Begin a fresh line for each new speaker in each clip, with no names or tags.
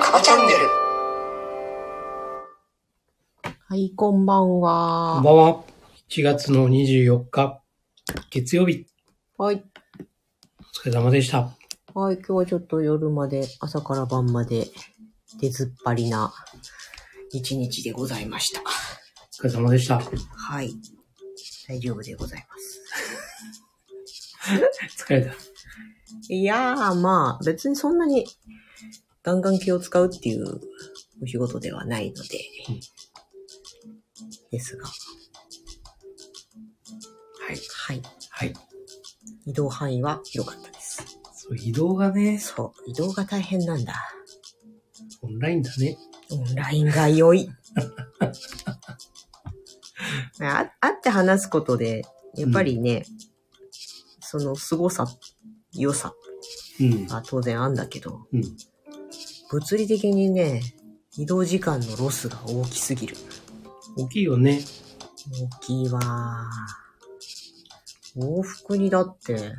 カバチャンネル。
はい、こんばん
こん
は。
ばんは。1月の24日、月曜日、
はい。
お疲れ様でした。
はい、今日はちょっと夜まで、朝から晩まで、出ずっぱりな一日でございました。
お疲れ様でした。
はい。大丈夫でございます。
疲れた。
いやー、まあ、別にそんなにガンガン気を使うっていうお仕事ではないので
うん、
ですが、
はい。
はい。
はい。
移動範囲は広かったです。
そう、移動がね、
そう、移動が大変なんだ。
オンラインだね。
オンラインが良い。あ会って話すことで、やっぱりね、その凄さ、良さ
うん。
は当然あんだけど、
うん。
物理的にね、移動時間のロスが大きすぎる。
大きいよね。
大きいわー。往復にだって、1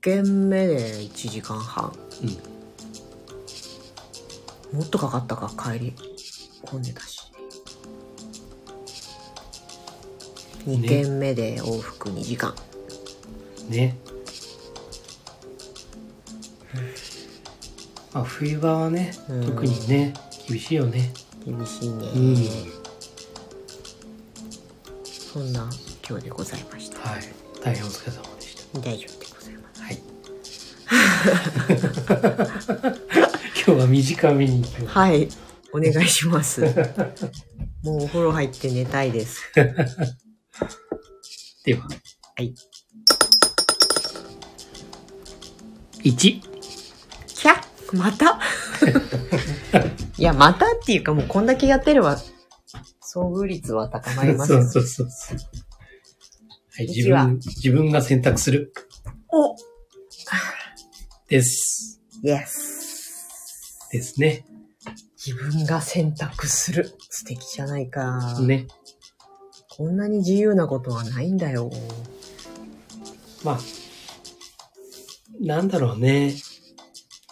軒目で1時間半。もっとかかったか、帰り。混んでたし。
ね
2軒目で往復2時間。
うん。ね。まあ、冬場はね、
うん
特にね、厳しいよね。
厳しいね、
うん。
そんな今日でございました。
はい。大変お疲れ様でした。
大丈夫でございます。
はい。 今日は短めに行きま
はい。お願いし ます。もうお風呂入って寝たいです。
すでは。
はい。
1。
キャッまた いや、またっていうかもうこんだけやってれば、遭遇率は高まります
そ
よ
うそうそうそう。はい、自
一は
分、自分が選択する。
お
です。
イエス
ですね。
自分が選択する。素敵じゃないか。
ね。
こんなに自由なことはないんだよ。
まあ、なんだろうね。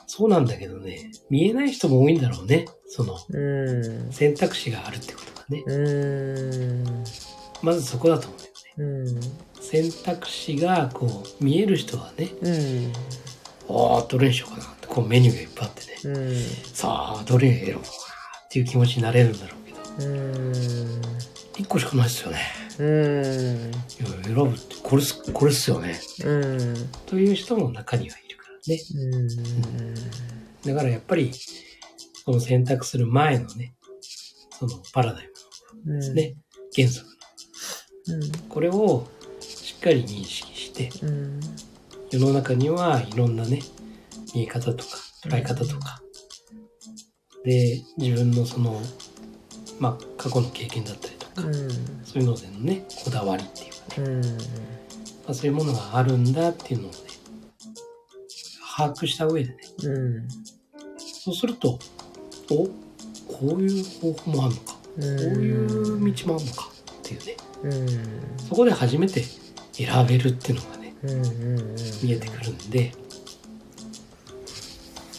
そうなんだけどね。見えない人も多いんだろうね。その、
うーん。
選択肢があるってことがね
う。ーん。
まずそこだと思うんだよね。
うん。
選択肢が、こう、見える人はね、
うん。
ああ、どれにしようかなって、こうメニューがいっぱいあってね。
うん。
さあ、どれ選ぼうかなっていう気持ちになれるんだろうけど。
うん。
一個しかないですよね。
うん。
いや選ぶって、これっす、これっすよね。
うん。
という人も中にはいるからね。
うん。
だからやっぱり、その選択する前のね、そのパラダイムですね、原則。
う
これをしっかり認識して、
ん。うん。
世の中にはいろんなね、見え方とか、捉え方とか、で、自分のその、まあ、過去の経験だったりとか、
うん。
そういうのでのね、こだわりっていうか
う
ね、
ん。
まあ、そういうものがあるんだっていうのをね、把握した上でね、
うん。
そうすると、おこういう方法もあるのか、
う
こういう道もあるのかっていうね、
うん。うん。
そこで初めて選べるっていうのがね、
うん。うん。
見えてくるんで、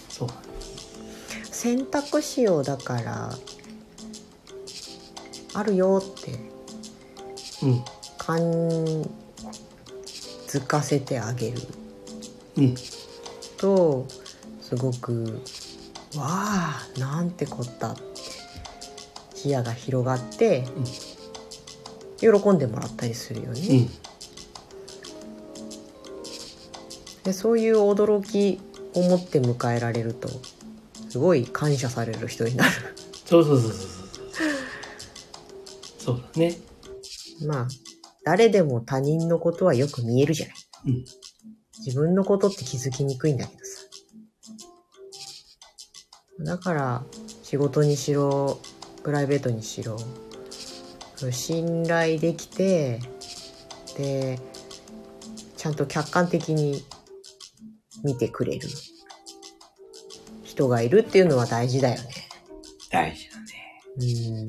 そうなんです
選択肢をだから、あるよって
うん、
感づかせてあげる
うん、
と、すごく、わあ、なんてこったって、視野が広がって、喜んでもらったりするよね。
うん、
でそういう驚きを持って迎えられるとすごい感謝される人になる
そうそうそうそうそう。そうだね。
まあ誰でも他人のことはよく見えるじゃない
うん、
自分のことって気づきにくいんだけどさだから仕事にしろプライベートにしろそう信頼できてでちゃんと客観的に見てくれる人がいるっていうのは大事だよね
大
大事だね。
うん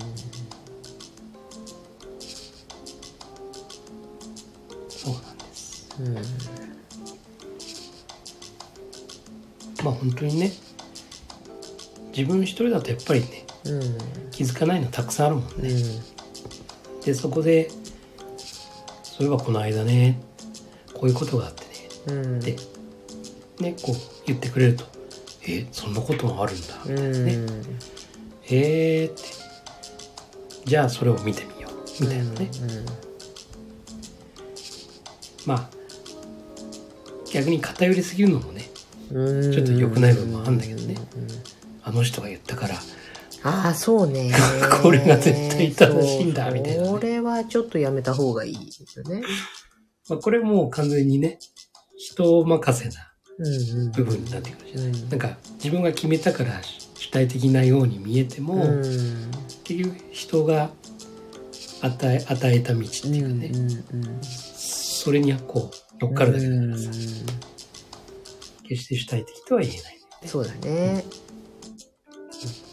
そうなんです。
うん
まあ本当にね、自分一人だとやっぱりね、
うん
気づかないのたくさんあるもん
う
ね。
ん
で、そこで、そういえばこの間ね、こういうことがあってね、
うん
で、ね、こう言ってくれると、え、そんなこともあるんだ。
うん
えーって、じゃあそれを見てみよう。みたいなね。まあ、逆に偏りすぎるのもね、
うん
ちょっと良くない部分もあるんだけどね
うんうん
あの人が言ったから、
ああそうね
これが絶対正しいんだ
そう
みたいなね
これはちょっとやめた方がいいですよね
まあ、これもう完全にね、人任せな
うんうん
部分になってくるじゃない。
うん
なんか自分が決めたから主体的なように見えても、
うん
結局人が与え与えた道っていうかね、
うんうん
それにはこう乗っかるだけだからさ、
う
決して主体的とは言えない。
んそうだね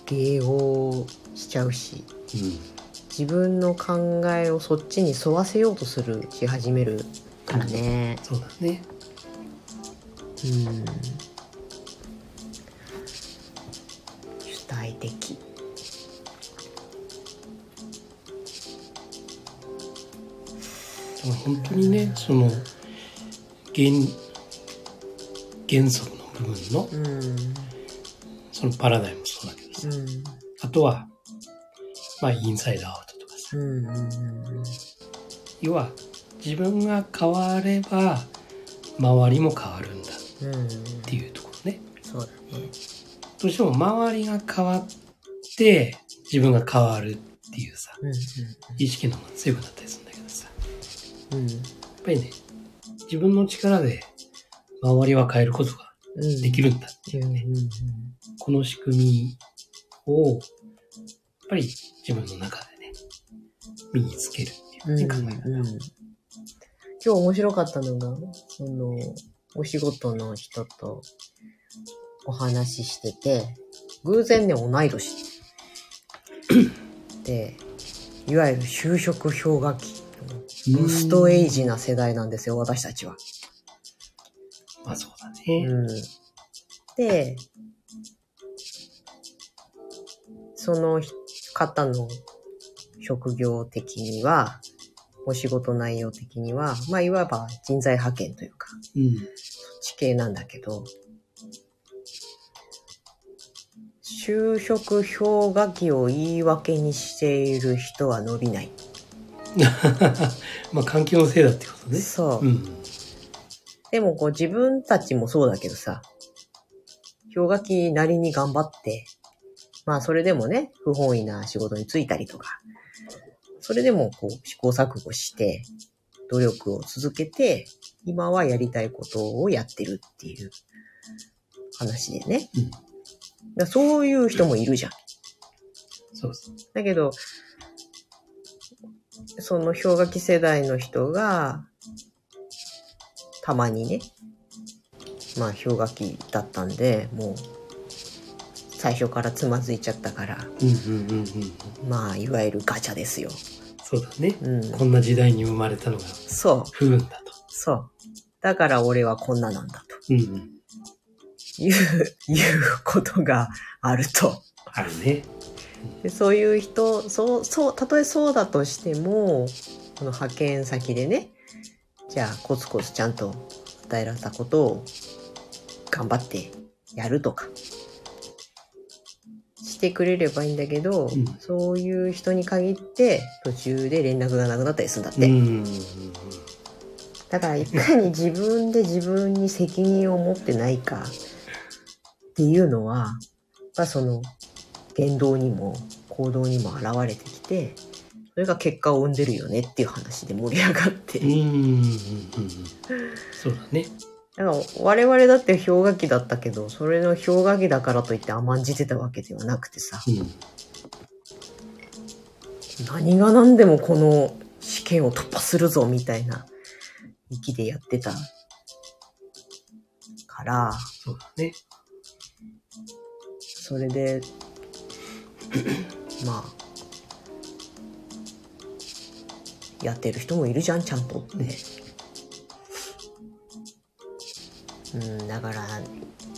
迎合しちゃうし自分の考えをそっちに沿わせようとするし始めるからね
そうだね。
うん主体的
でも本当にね、その原原則の部分の
うん
そのパラダイムもそうだけどさ、
うん
あとはまあインサイドアウトとかさ。
うんうん
要は自分が変われば周りも変わるんだっ
うんうん
ていうところね
そうだね
どうしても周りが変わって自分が変わるっていうさ
うん
意識の方が強くなったりするんだけどさや
うん
っぱりね自分の力で周りは変えることが
うん
できるんだ、
うんうんうん
この仕組みをやっぱり自分の中でね身につけるっていうね考え方、
うん今日面白かったのが、その、お仕事の人とお話ししてて、偶然ね、同い年。で、いわゆる就職氷河期のロストエイジな世代なんですよ、私たちは。
まあそうだね、
うん、で、その方の職業的には、お仕事内容的には、まあ、いわば人材派遣というか、
うん
地形なんだけど、就職氷河期を言い訳にしている人は伸びない。
まあ環境のせいだってことね
そう。
うん
でもこう自分たちもそうだけどさ、氷河期なりに頑張って、まあそれでもね、不本意な仕事に就いたりとか、それでもこう試行錯誤して、努力を続けて、今はやりたいことをやってるっていう話でね。
うん
だからそういう人もいるじゃん。
そうそう。
だけど、その氷河期世代の人が、たまにね、まあ氷河期だったんで、もう、最初からつまずいちゃったから、
うんうんうんうん。
まあ、いわゆるガチャですよ。
そうだね。
うん。
こんな時代に生まれたのが
そう、
不運だと。
そう。だから俺はこんななんだ
うんうん。
という、いうことがあると。
あるね。
でそういう人そうそうたとえそうだとしてもこの派遣先でねじゃあコツコツちゃんと与えられたことを頑張ってやるとかしてくれればいいんだけど、
うん
そういう人に限って途中で連絡がなくなったりするんだって、
うん。
だからいかに自分で自分に責任を持ってないかっていうのは、まあ、その言動にも行動にも現れてきて、それが結果を生んでるよねっていう話で盛り上がって。
うんうんうん。そうだね。
だから我々だって氷河期だったけど、それの氷河期だからといって甘んじてたわけではなくてさ、
うん。
何が何でもこの試験を突破するぞみたいな域でやってたから、
そうだね。
それでまあ、やってる人もいるじゃん、ちゃんとって。うん、だから、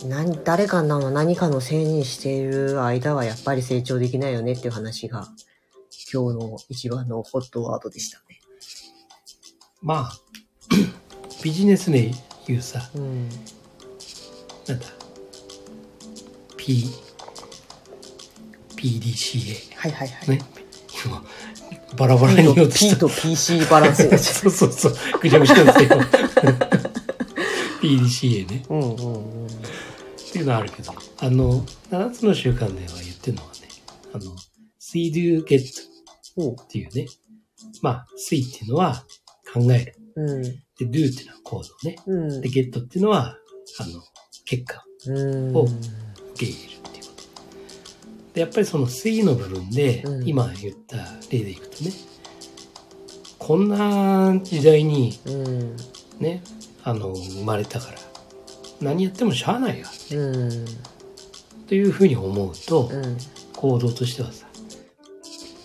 何、誰かの何かのせいにしている間はやっぱり成長できないよねっていう話が、今日の一番のホットワードでしたね。
まあ、ビジネスで言うさ、
うん。
なんだ、P、PDCA。
はいはいはい。
ね。今、バラバラ
P
に
と
落ち
P
た。
と PC バランスになっちゃ
そうそうそう。ぐちゃぐちゃですよ。PDCA ね。
う。うんうんうん。
っていうのはあるけど、あの、7つの習慣では言ってるのはね、あの、水流 get っていうね、まあ、水っていうのは考える。
うん。
で、do っていうのは行動ね。
うん
で、。get っていうのは、あの、結果、
うん。
を受け入れるっていうこと。で、やっぱりその水の部分で、
うん
今言った例でいくとね、こんな時代に
うん。
ね、あの、生まれたから、何やってもしゃあないよ、
うん。
というふうに思うと、
うん。
行動としてはさ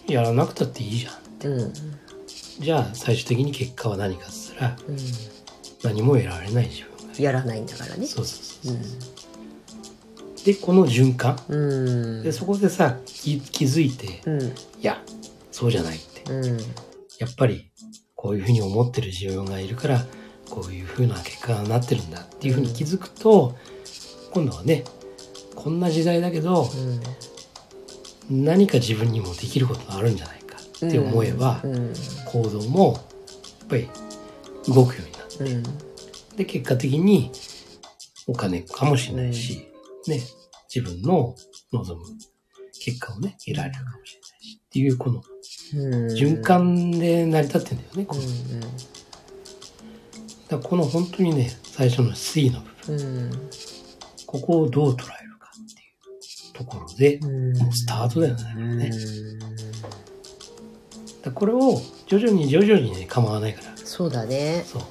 やらなくたっていいじゃん
うん。
じゃあ最終的に結果は何かっつったら
うん。
何も得られない自分が
やらないんだからね。
そうそうそうそう、でこの循環
うん。
でそこでさ気気づいてい
うん。
やそうじゃないって
うん。
やっぱりこういうふうに思ってる自分がいるからこういうふうな結果になってるんだっていうふうに気づくと、今度はねこんな時代だけど
うん。
何か自分にもできることがあるんじゃないかって思えば、
うん。
行動もやっぱり動くようになっ
うん。
てで結果的にお金かもしれないし、ね、自分の望む結果をね得られるかもしれないしっていうこの
うん。
循。環で成り立ってんだよね、
う。
こうんだからこの本当にね最初の推移の部分
うん。
ここをどう捉えるかっていうところで
うん。
もうスタートだよね。
うん。
だからこれを徐々に徐々にね構わないから
そうだね。
そう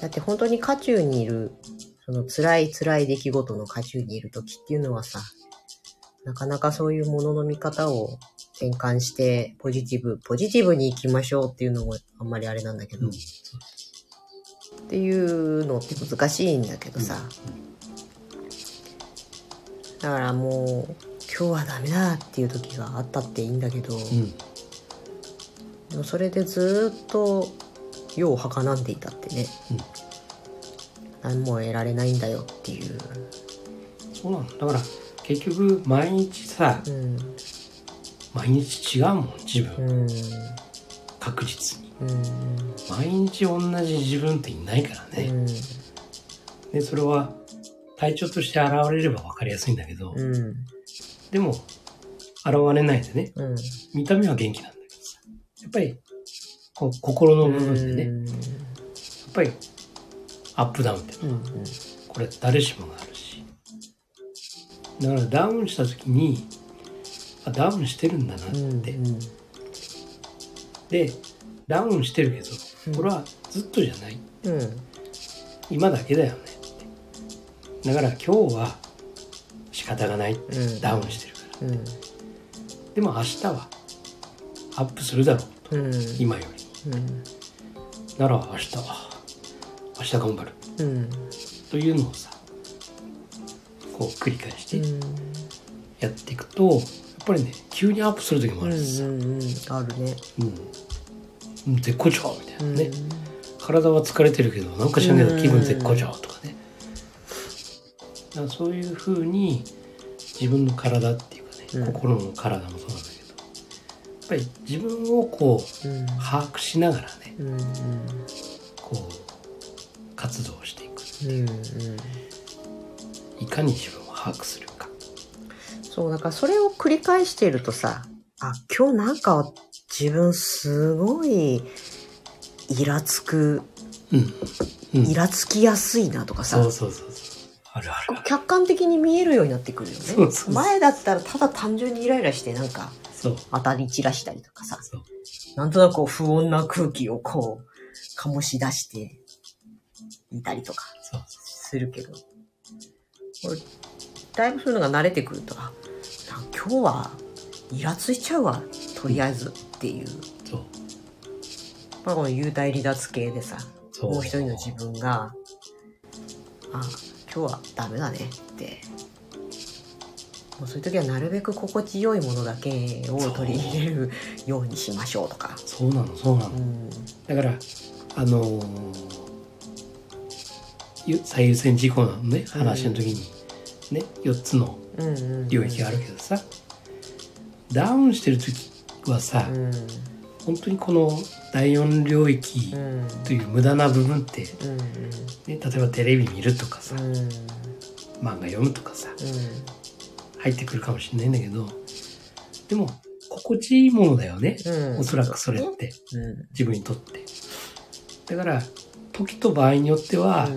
だって本当に渦中にいる、その辛い辛い出来事の渦中にいる時っていうのはさ、なかなかそういうものの見方を転換して、ポジティブ、ポジティブに行きましょうっていうのもあんまりあれなんだけど、
う
っ
んそう
ていうのって難しいんだけどさ、だからもう、今日はダメだっていう時があったっていいんだけど、
うん
でもそれでずーっと世をはかなんでいたってね、
うん
何も得られないんだよっていう。
そうなのだから結局毎日さ
うん
毎日違うもん自
う
分
ん
確実に
うん
毎日同じ自分っていないから
う
ね、
ん
でそれは体調として現れれば分かりやすいんだけど、
うん
でも現れないでね
うん
見た目は元気なんだけどさやっぱりこう心の部分でね、やっぱりアップダウンって
うんうん
これ誰しもがあるしだからダウンした時にあダウンしてるんだなって、
うんうん
でダウンしてるけど
うん
これはずっとじゃない
うん
今だけだよねだから今日は仕方がない
うん
ダウンしてるから
うん
でも明日はアップするだろうと
うん
今より
うん
なら明日は明日頑張る
うん
というのをさこう繰り返して
うん
やっていくとやっぱりね急にアップする時もあるしさ、
うんうんあるね
うん、絶好調みたいなね、
うん
体は疲れてるけどなんか知らんけど気分絶好調とかねだからそういうふうに自分の体っていうかね、
うん
心の体もそうなんだけどやっぱり自分をこう
うん
把握しながらね
うんうん
こう活動していく
うんうん
いかに自分を把握するか
そうだからそれを繰り返しているとさあ今日なんか自分すごいイラつく
うん、うん、
イラつきやすいなとかさ、
そうそうそうそうあるあるある
客観的に見えるようになってくるよね
そうそうそう
前だったらただ単純にイライラしてなんか
そう
当たり散らしたりとかさ
そう
なんとなくこう不穏な空気をこう醸し出していたりとか
そう
するけどこれだいぶそういうのが慣れてくるとあ今日はイラついちゃうわとりあえずっていう、
そう
まあ、この幽体離脱系でさ
そう
もう一人の自分があ今日はダメだねってもうそういう時はなるべく心地よいものだけを取り入れるようにしましょうとか。
そうなのそうなの
うん
だからあのーゆ最優先事項のね話の時に、ね4つの
うんうんうん
領域があるけどさ、ダウンしてる時はさ、
うん
本当にこの第4領域
うん
という無駄な部分って、
うん
ね、例えばテレビ見るとかさ、
うんうん
漫画読むとかさ入ってくるかもしれないんだけどでも心地いいものだよね、
うん
おそらくそれって
うん
自分にとってだから時と場合によっては、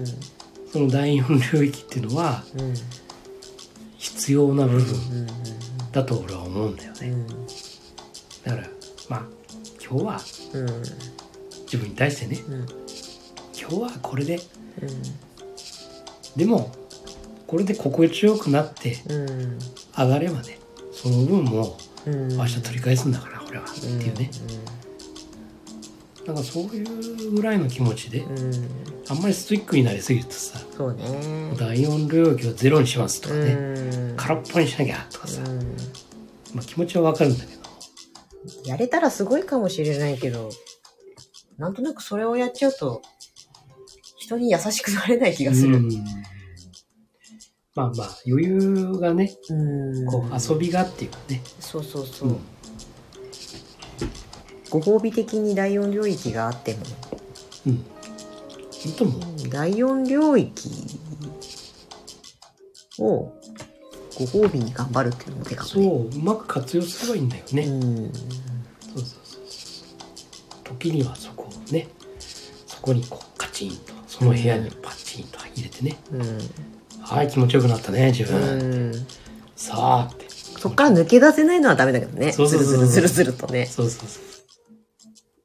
その第4領域っていうのは
うんうん
必要な部分
うん
だと俺は思うんだよねだからまあ今日は
うんうん
自分に対してね
うん
今日はこれで
う
でもこれで心地よくなって
ん
上がればねその分も
うん
明日取り返すんだから俺はっていうねなんかそういうぐらいの気持ちで
うんうん
あんまりストイックになりすぎるとさ
そうね
第4領域をゼロにしますとかね
うん
空っぽにしなきゃとかさ
うん
まあ気持ちはわかるんだけど
やれたらすごいかもしれないけどなんとなくそれをやっちゃうと人に優しくなれない気がす
う
る
んまあまあ余裕がね
うん
こう遊びがっていうかね
そうそうそう、ご褒美的に第4領域があっても
うんうんいいと思う
第4領域をご褒美に頑張るっていうのも手か
そ
もね
ううまく活用すればいいんだよね、
うん
そうそうそうそう時にはそこをねそこにこうカチンとその部屋にパチンと入れてね、
うん
はい気持ちよくなったね自分、
うん
さあって
そっから抜け出せないのはダメだけどね。
そうそうそう
ず
そ
るず
う
るずるずるとね。
そうそうそ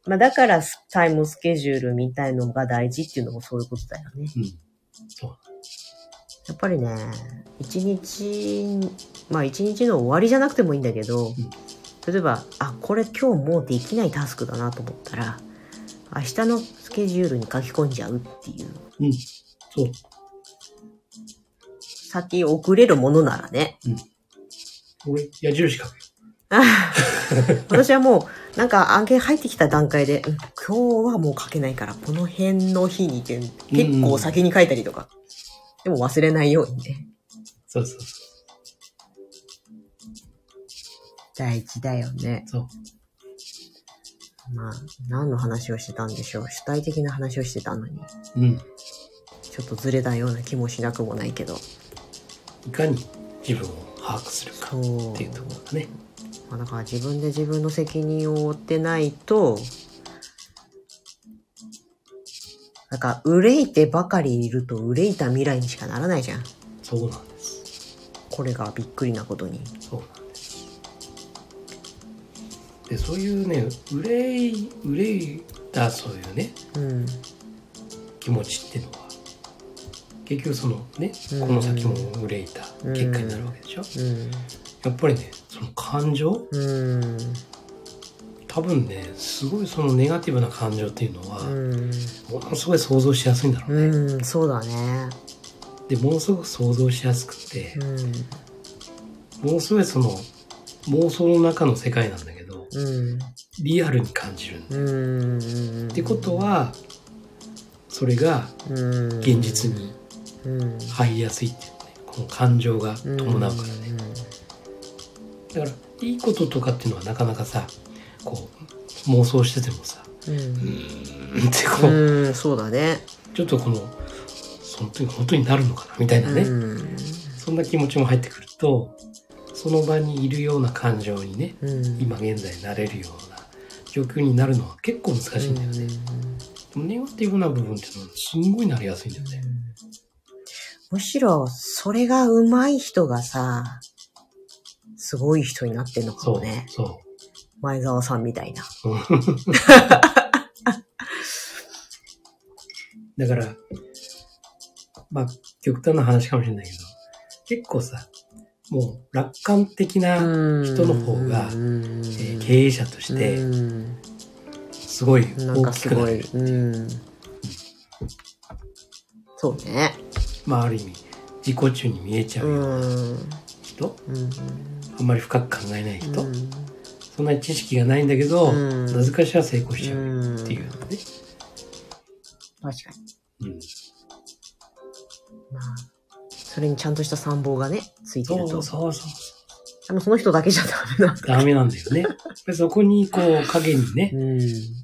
う
まあだからタイムスケジュールみたいのが大事っていうのもそういうことだよね。
うんそう
やっぱりね、一日、まあ一日の終わりじゃなくてもいいんだけど、例えば、あ、これ今日もうできないタスクだなと思ったら、明日のスケジュールに書き込んじゃうっていう。
うんそう
先遅れるものなら ね。
俺矢印書くよ
私はもう、なんか案件入ってきた段階で、うん今日はもう書けないから、この辺の日にって、結構先に書いたりとか。でも忘れないようにね。
そうそうそ
大事だよね。
うそう
まあ、何の話をしてたんでしょう。主体的な話をしてたのに、
うん
ちょっとずれたような気もしなくもないけど。
いかに自分を把握するか
そう
っていうところだね
まあ、だから自分で自分の責任を負ってないと、なんか、憂いてばかりいると憂いた未来にしかならないじゃん。
そうなんです
これがびっくりなことに。
そうなんですでそういうね憂い憂いだそういうね
うん。
気持ちっていうのは結局そのね、
うん
この先も憂いた結果になるわけでしょ、
うん。
やっぱりねその感情
うん。
多分ねすごいそのネガティブな感情っていうのは、
うん。
ものすごい想像しやすいんだろうね、
うん、そうだね。
でものすごく想像しやすくて
う、ん。
ものすごいその妄想の中の世界なんだけど
うん。
リアルに感じるんだ、
うん。
ってことはそれが
うん、
現実に
うん、
入りやすいっていうねこの感情が伴うからね、だからいいこととかっていうのはなかなかさこう妄想しててもさ
うん。うん。
う
うん
ーん ってこう、
うん、そうだね。
ちょっとこのその時本当になるのかなみたいなね、
うん。
そんな気持ちも入ってくるとその場にいるような感情にね
うん、
今現在なれるような状況になるのは結構難しいんだよね、ネガティブな部分っていうのはすんごいなりやすいんだよね
むしろ、それが上手い人がさ、すごい人になってんのか
そ
も
う
ね。
そ
前澤さんみたいな。
うだからまあ極端な話かもしれないけど結構さもう楽観的な、人
人
の方がえー
経
経営者として、すごい
なん
大
か
き
す
くな
ご
る
い。。うん。そうね。
まあ、ある意味、自己中に見えちゃ
う。
うようん
う
な
ん
人、あんまり深く考えない人、
うん
そんなに知識がないんだけど、
うん
なぜかしら成功しちゃう
うん
っていうのね。
確かに。
う
ま
ん
あ、それにちゃんとした参謀がね、ついて
そ
る
うそ
と
う。そうそう。
あの、その人だけじゃダメなんだ。
ダメなんだよね。やっぱりそこに、こ う、影にね、
う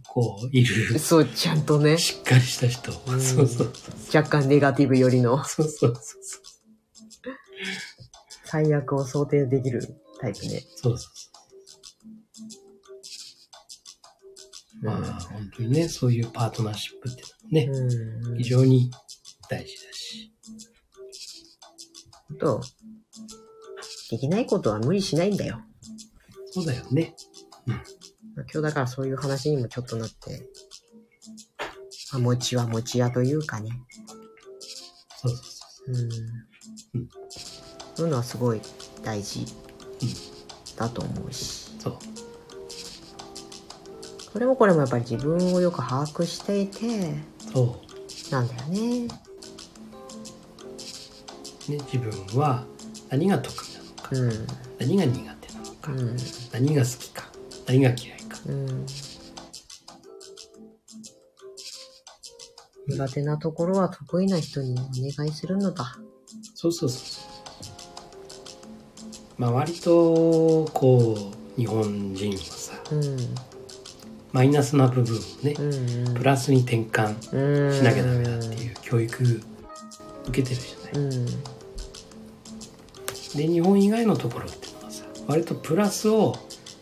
こう、い
ん。
る、
そう、ちゃんとね、
しっかりした人。そううんそうそう。
若干ネガティブよりの
そうそうそう。
最悪を想定できるタイプね。
そうそうそう。まあ、本当にね、そういうパートナーシップっていうのはね、
うん。
非常に大事だし。
と、できないことは無理しないんだよ。
そうだよね。
まあ今日だからそういう話にもちょっとなって、まあ、餅は餅屋というかね。
そうそうそ
うん
うん。
そういうのはすごい大事
うん
だと思うし。
う。そう。
それもこれもやっぱり自分をよく把握していて、
そ
なんだよね。
う。ね、自分は何が得意なのか、
うん。
何が苦手なのか、
うん。
何が好きか、何が嫌いか。
うん。苦手なところは得意な人にお願いするのだ。
そうそうそうそう。まあ割とこう日本人はさ
うん。
マイナスな部分をね
うん。
プラスに転換
うん
しなきゃダメだっていう教育受けてるじゃない。
うん。
で日本以外のところってのはさ割とプラスを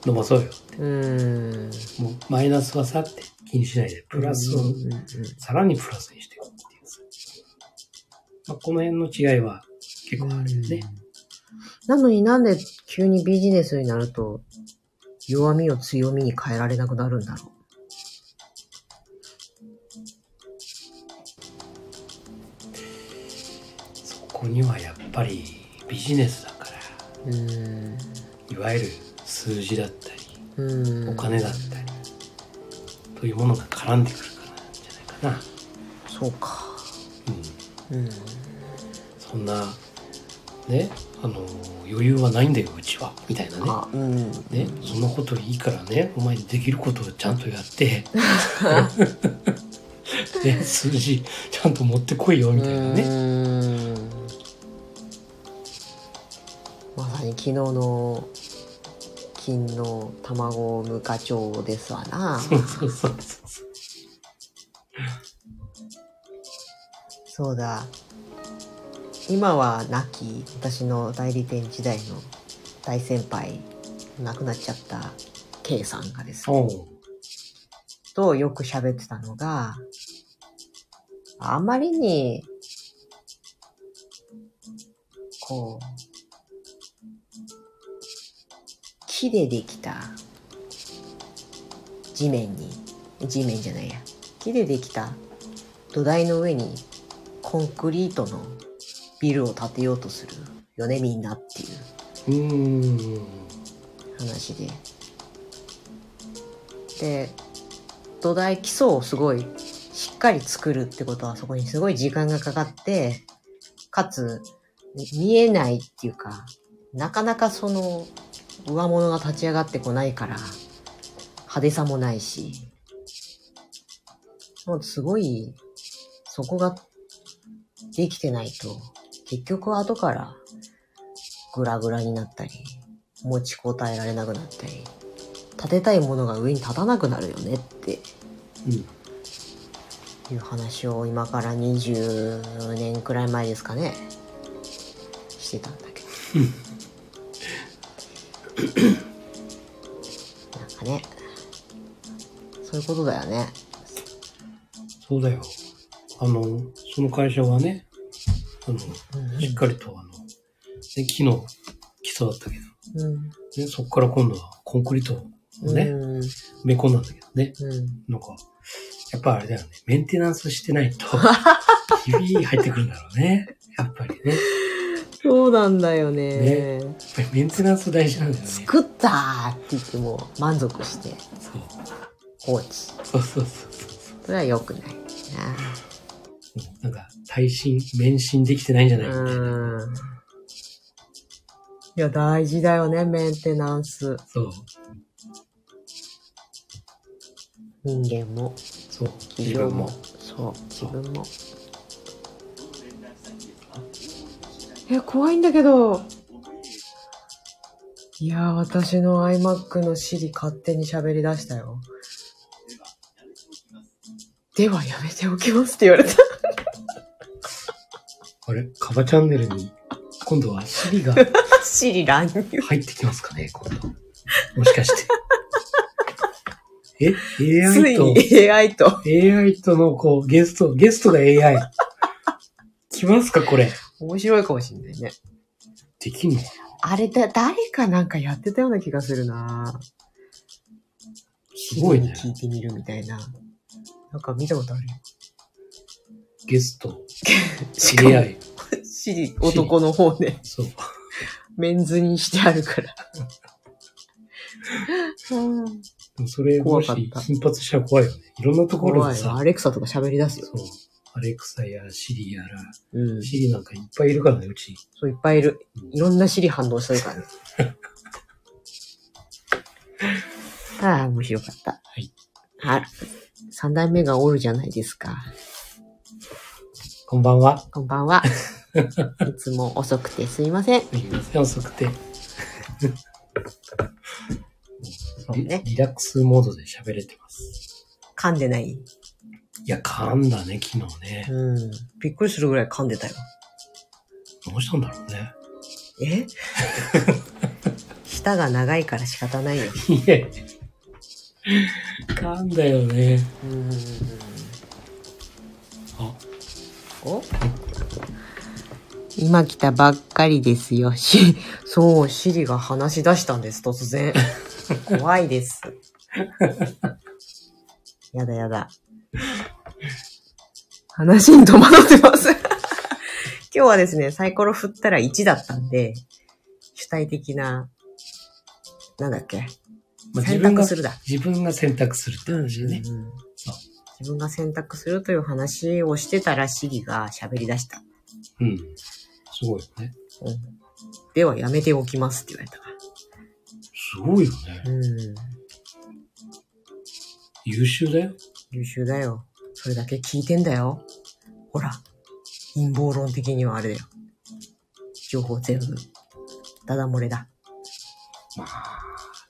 伸ばそうよって
うん。
もうマイナスはさって気にしないでプラスを
うんうん
さらにプラスにしていこうっていうさ、まあ、この辺の違いは結構あるよね。
なのになんで急にビジネスになると弱みを強みに変えられなくなるんだろ
そこにはやっぱりビジネスだから
う。うん。
いわゆる数字だったり
うん。
お金だったり、というものが絡んでくるからなんじゃないかな、
そうか。
うん、
うん。
そんなねあの余裕はないんだようちはみたいなね
あ、うん。
ね、そんなこといいからねお前できることをちゃんとやって ね、数字ちゃんと持ってこいよみたいなね
ね。まさに昨日の金の卵無課長ですわ な。
そうそうそうそう
そうだ。今は亡き私の代理店時代の大先輩、亡くなっちゃった K さんがですね
おう
とよく喋ってたのが、あまりに、こう、木でできた地面に、地面じゃないや、木でできた土台の上にコンクリートのビルを建てようとするよね、みんなっていう。
うーん
話でで土台基礎をすごいしっかり作るってことはそこにすごい時間がかかってかつ見えないっていうかなかなかその上物が立ち上がってこないから派手さもないしもうすごいそこができてないと結局は後からグラグラになったり持ちこたえられなくなったり立てたいものが上に立たなくなるよねって
うん
いう話を今から20年くらい前ですかねしてたんだけどなんかねそういうことだよね
そうだよあのその会社はねあのしっかりとあの、ね、木の基礎だったけ
うん
ど、ね、そこから今度はコンクリートをね、
うん
埋め込んだんだけどね。
うん
なんか、やっぱあれだよね、メンテナンスしてないと、日々入ってくるんだろうね。やっぱりね。
そうなんだよね。
ぱりメンテナンス大事なんだよね
作ったーって言っても満足して
そう
放置。
そうそうそうそう
それは良くない
なんか耐震免震できてないんじゃない
な。
みたいな
うん。いや、大事だよね、メンテナンス。
そう
人間も、
そう
企業も、そう、自分も。え、怖いんだけど。いやー、私の iMac の Siri 勝手に喋り出したよ。ではやめておきますって言 われた。
あれカバチャンネルに今度はシリが
Siri 乱入。
入ってきますかね今度もしかしてえ
つ
AI と
いに AI と。
AI とのこうゲストゲストが AI 来ますかこれ
面白いかもしんないね。
できんのかな
あれだ、誰かなんかやってたような気がするな
すごい
Siri
ね
に聞いてみるみたいな。なんか見たことあるよ。
ゲス ト
しかも、
AI
Siri 男の方ね。
そう
メンズにしてあるから。うん
でもそれも
怖
し
かった
頻発したら怖いよねいろんなところ
怖
で
い
さ
よ。アレクサとか喋り出すよ
そ。うアレクサやシリやら
うん。
シリなんかいっぱいいるからねうち
そう、いっぱいいる。いろんなシリ反応してるからね。ああ、面白かった。
はい。
はい。三代目がおるじゃないですか。
こんばんは
こんば んは。いつも遅くてすいません。
すいません遅くて
そう
リ
ね。
リラックスモードで喋れてます。
噛んでない
いや、噛んだね、昨日ね。
うん。びっくりするぐらい噛んでたよ。
どうしたんだろうね。
え舌が長いから仕方ないよ。
いえ。噛んだよね。
うん。
あ、
お今来たばっかりですよ。 し、そう、シリが話し出したんです、突 然。怖いです。やだやだ。話に戸惑ってます。 今日はですね、サイコロ振ったら1だったんで、主体的な、なんだっけ、
まあ、自
選
分が
択す、るだ。
自分が選択するって話だね。
うんうん
そう
自分が選択するという話をしてたら、シリが喋り出した。
うん。すごいよね。
うんではやめておきますって言われたか
すごいよね。
ら。うん。
優秀だよ。
優秀だよ。それだけ聞いてんだよ。ほら、陰謀論的にはあれだよ。情報全部、ダダ漏れだ。
まあ、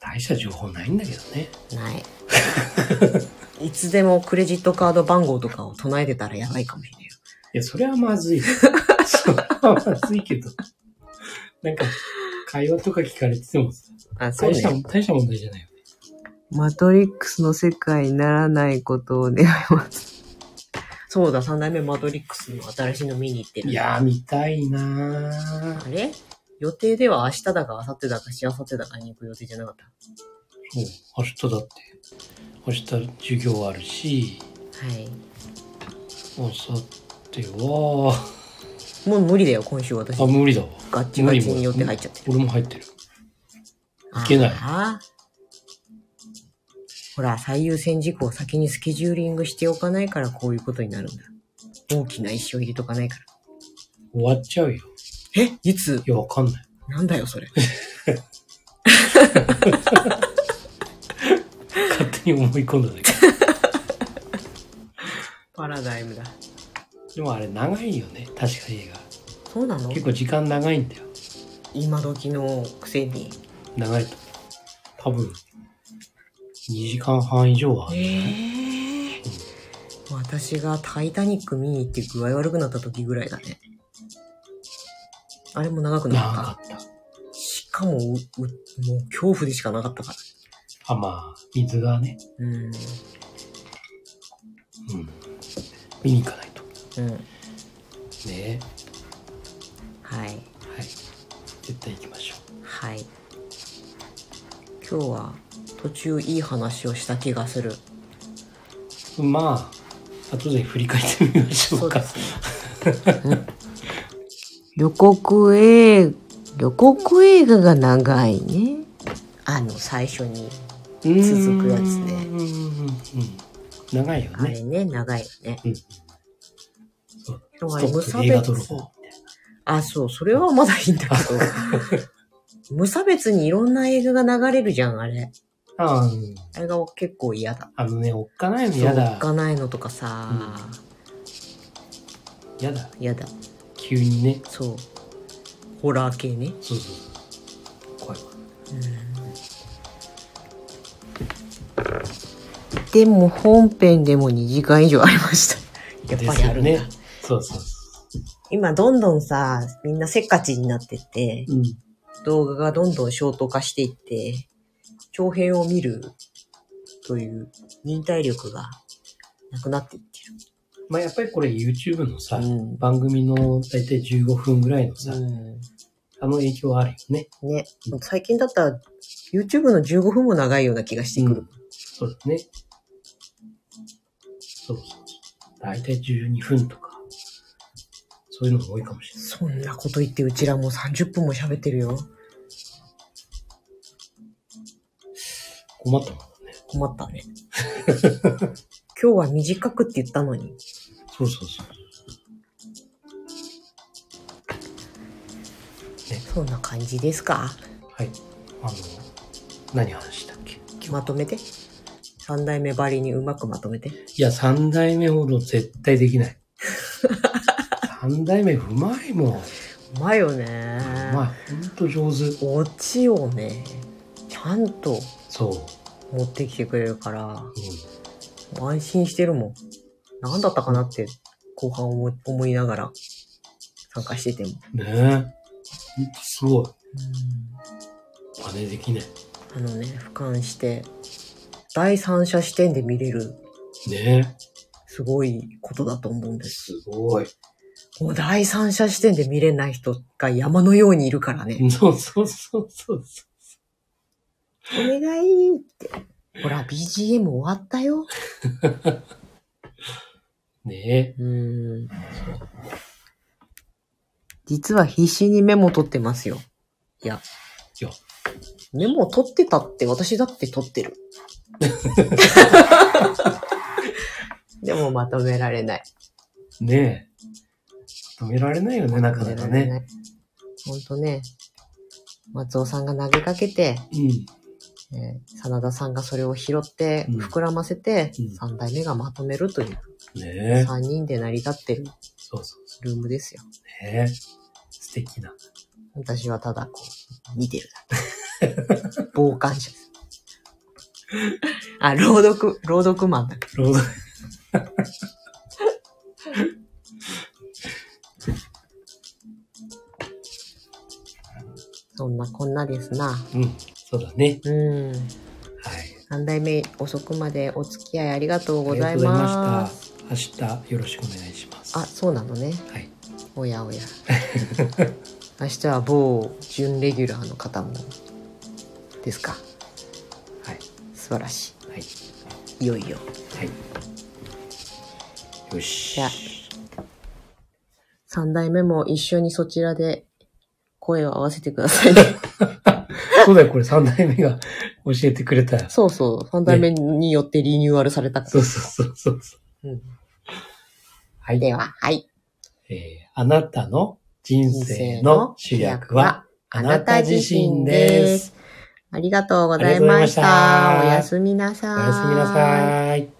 大した情報ないんだけどね。
ない。 いつでもクレジットカード番号とかを唱えてたらやばいかもしれないよ。
いや、それはま ずい。それはまずいけど。なんか、会話とか聞かれてても、
あ、
大した、。大した問題じゃないよね。
マトリックスの世界にならないことを願います。そうだ、三代目マトリックスの新しいの見に行ってる。
いやー、見たいなー
あれ予定では明日だか明後日だかし明後日だかに行く予定じゃなかった。
そう、明日だって。明日授業あるし、
はい。
明後日は、
もう無理だよ、今週私。
あ、
ガ
無理だわ。
ッチガチに予定入っちゃってる。
俺も入ってる。いけない
あーほら、最優先事項を先にスケジューリングしておかないからこういうことになるんだ。大きな意思を入れとかないから。
終わっちゃうよ。
えいつ
いや、わかんない。
なんだよ、 それ。
勝手に思い込んだだけ。
パラダイムだ。
でもあれ、長いよね。確か映
そうなの
画。結構時間長いんだよ。
今時のくせに。
長いと。多分、2時間半以上はあるんじゃない
えー、私がタイタニック見に行って具合悪くなった時ぐらいだね。あれも長くな
長
った。
かった。
しかも、う、うもう恐怖でしかなかったから。
あ、まあ、水がね。
うん。
うん。見に行かないと。
うん。
ね
はい。
はい。絶対行きましょう。
はい。今日は途中いい話をした気がする。
まあ、後で振り返ってみましょ
そううで
か。
すね。予告映予告映画が長いねあの最初に続くやつね
うんうんうんうん長いよ
あ
ね
れね長いよね
うんそう
でもあ
ス
れ
ト
無
ッ
差
プ映画泥
別
棒
あそうそれはまだいいんだけど無差別にいろんな映画が流れるじゃんあれ
ああうん
あれが結構嫌だ
あのねおっかないの嫌
そうおっ
だ
かないのとかさ
嫌だ
嫌だ
急にね
そうホラー系ね
そうそう怖いわ
でも本編でも2時間以上ありましたやっぱりあるんだ、
ですよねそうそうそ
今どんどんさみんなせっかちになってって
ううん
動画がどんどんショート化していって長編を見るという忍耐力がなくなっていって
まあやっぱりこれ YouTube のさ、
る。うん
番組の大体15分ぐらいのさ、あの影響はあるよね。
ね、最近だったら YouTube の15分も長いような気がしてくる。
うんそうだね。そうそうそう。大体12分とか、そういうのも多いかもしれない。
そんなこと言ってうちらもう30分も喋ってるよ。
困ったもんね。
困った ね。今日は短くって言ったのに。
そうそうそう。
そんな感じですか
はい。あの、何話したっけい
まとめて。三代目ばりにうまくまとめて。
や、三代目ほど絶対できない。三代目うまいもん。う
うまいよね。
まい。ほんと上手。
オチをね、ちゃんと
そ
持ってきてくれるから、
う。うん
安心してるもん。何だったかなって、後半思い思いながら参加してても。
ねえ。ほんとすごい。真似できない。
あのね、俯瞰して、第三者視点で見れる、
ねえ。
すごいことだと思うんです。
すごい。
もう第三者視点で見れない人が山のようにいるからね。
そうそうそうそうそ
お願いって。ほら、BGM 終わったよ。
う。ね
うん。実は必死にメモ取ってますよ。いや。
いや
メモ取ってたって、私だって取ってる。 でもまとめられない。
え。ねえ。止められないよね、なかなかね。。
ほんとね、松尾さんが投げかけて、
うん。
えー真田さんがそれを拾って、
うん
膨らませて、
うん
三代目がまとめるという、
ねえ。
三人で成り立ってる
そうそうそ
ルームですよ。
う。ねえ。素敵な。
私はただ、こう、見てるだけ。傍観者です。あ、朗読、朗読マンだ。
ロード。
そんなこんなですな。
うん。そうだね。
うん。
はい。
三代目遅くまでお付き合いありがとう
あ
ご
りが
ざ
と
いう
ござい
ま。
ますした。明日よろしくお願いします。
あ、そうなのね。
はい。
おやおや。 明日は某準レギュラーの方も、ですか。
はい。
素晴らし
はい。
い。いよいよ。
はい。よし。
じゃあ三代目も一緒にそちらで声を合わせてくださいね。
そうだよ、これ三代目が教えてくれた。
そうそう。三代目によってリニューアルされた。
そうそうそうそうそう。
うん
はい。
では、はい。
えーあなたの人生の主役はあなた自身です。。
ありがとうございました。
ありが
おや
とうございました
すみなさ
お
ーい。
やすみなさい。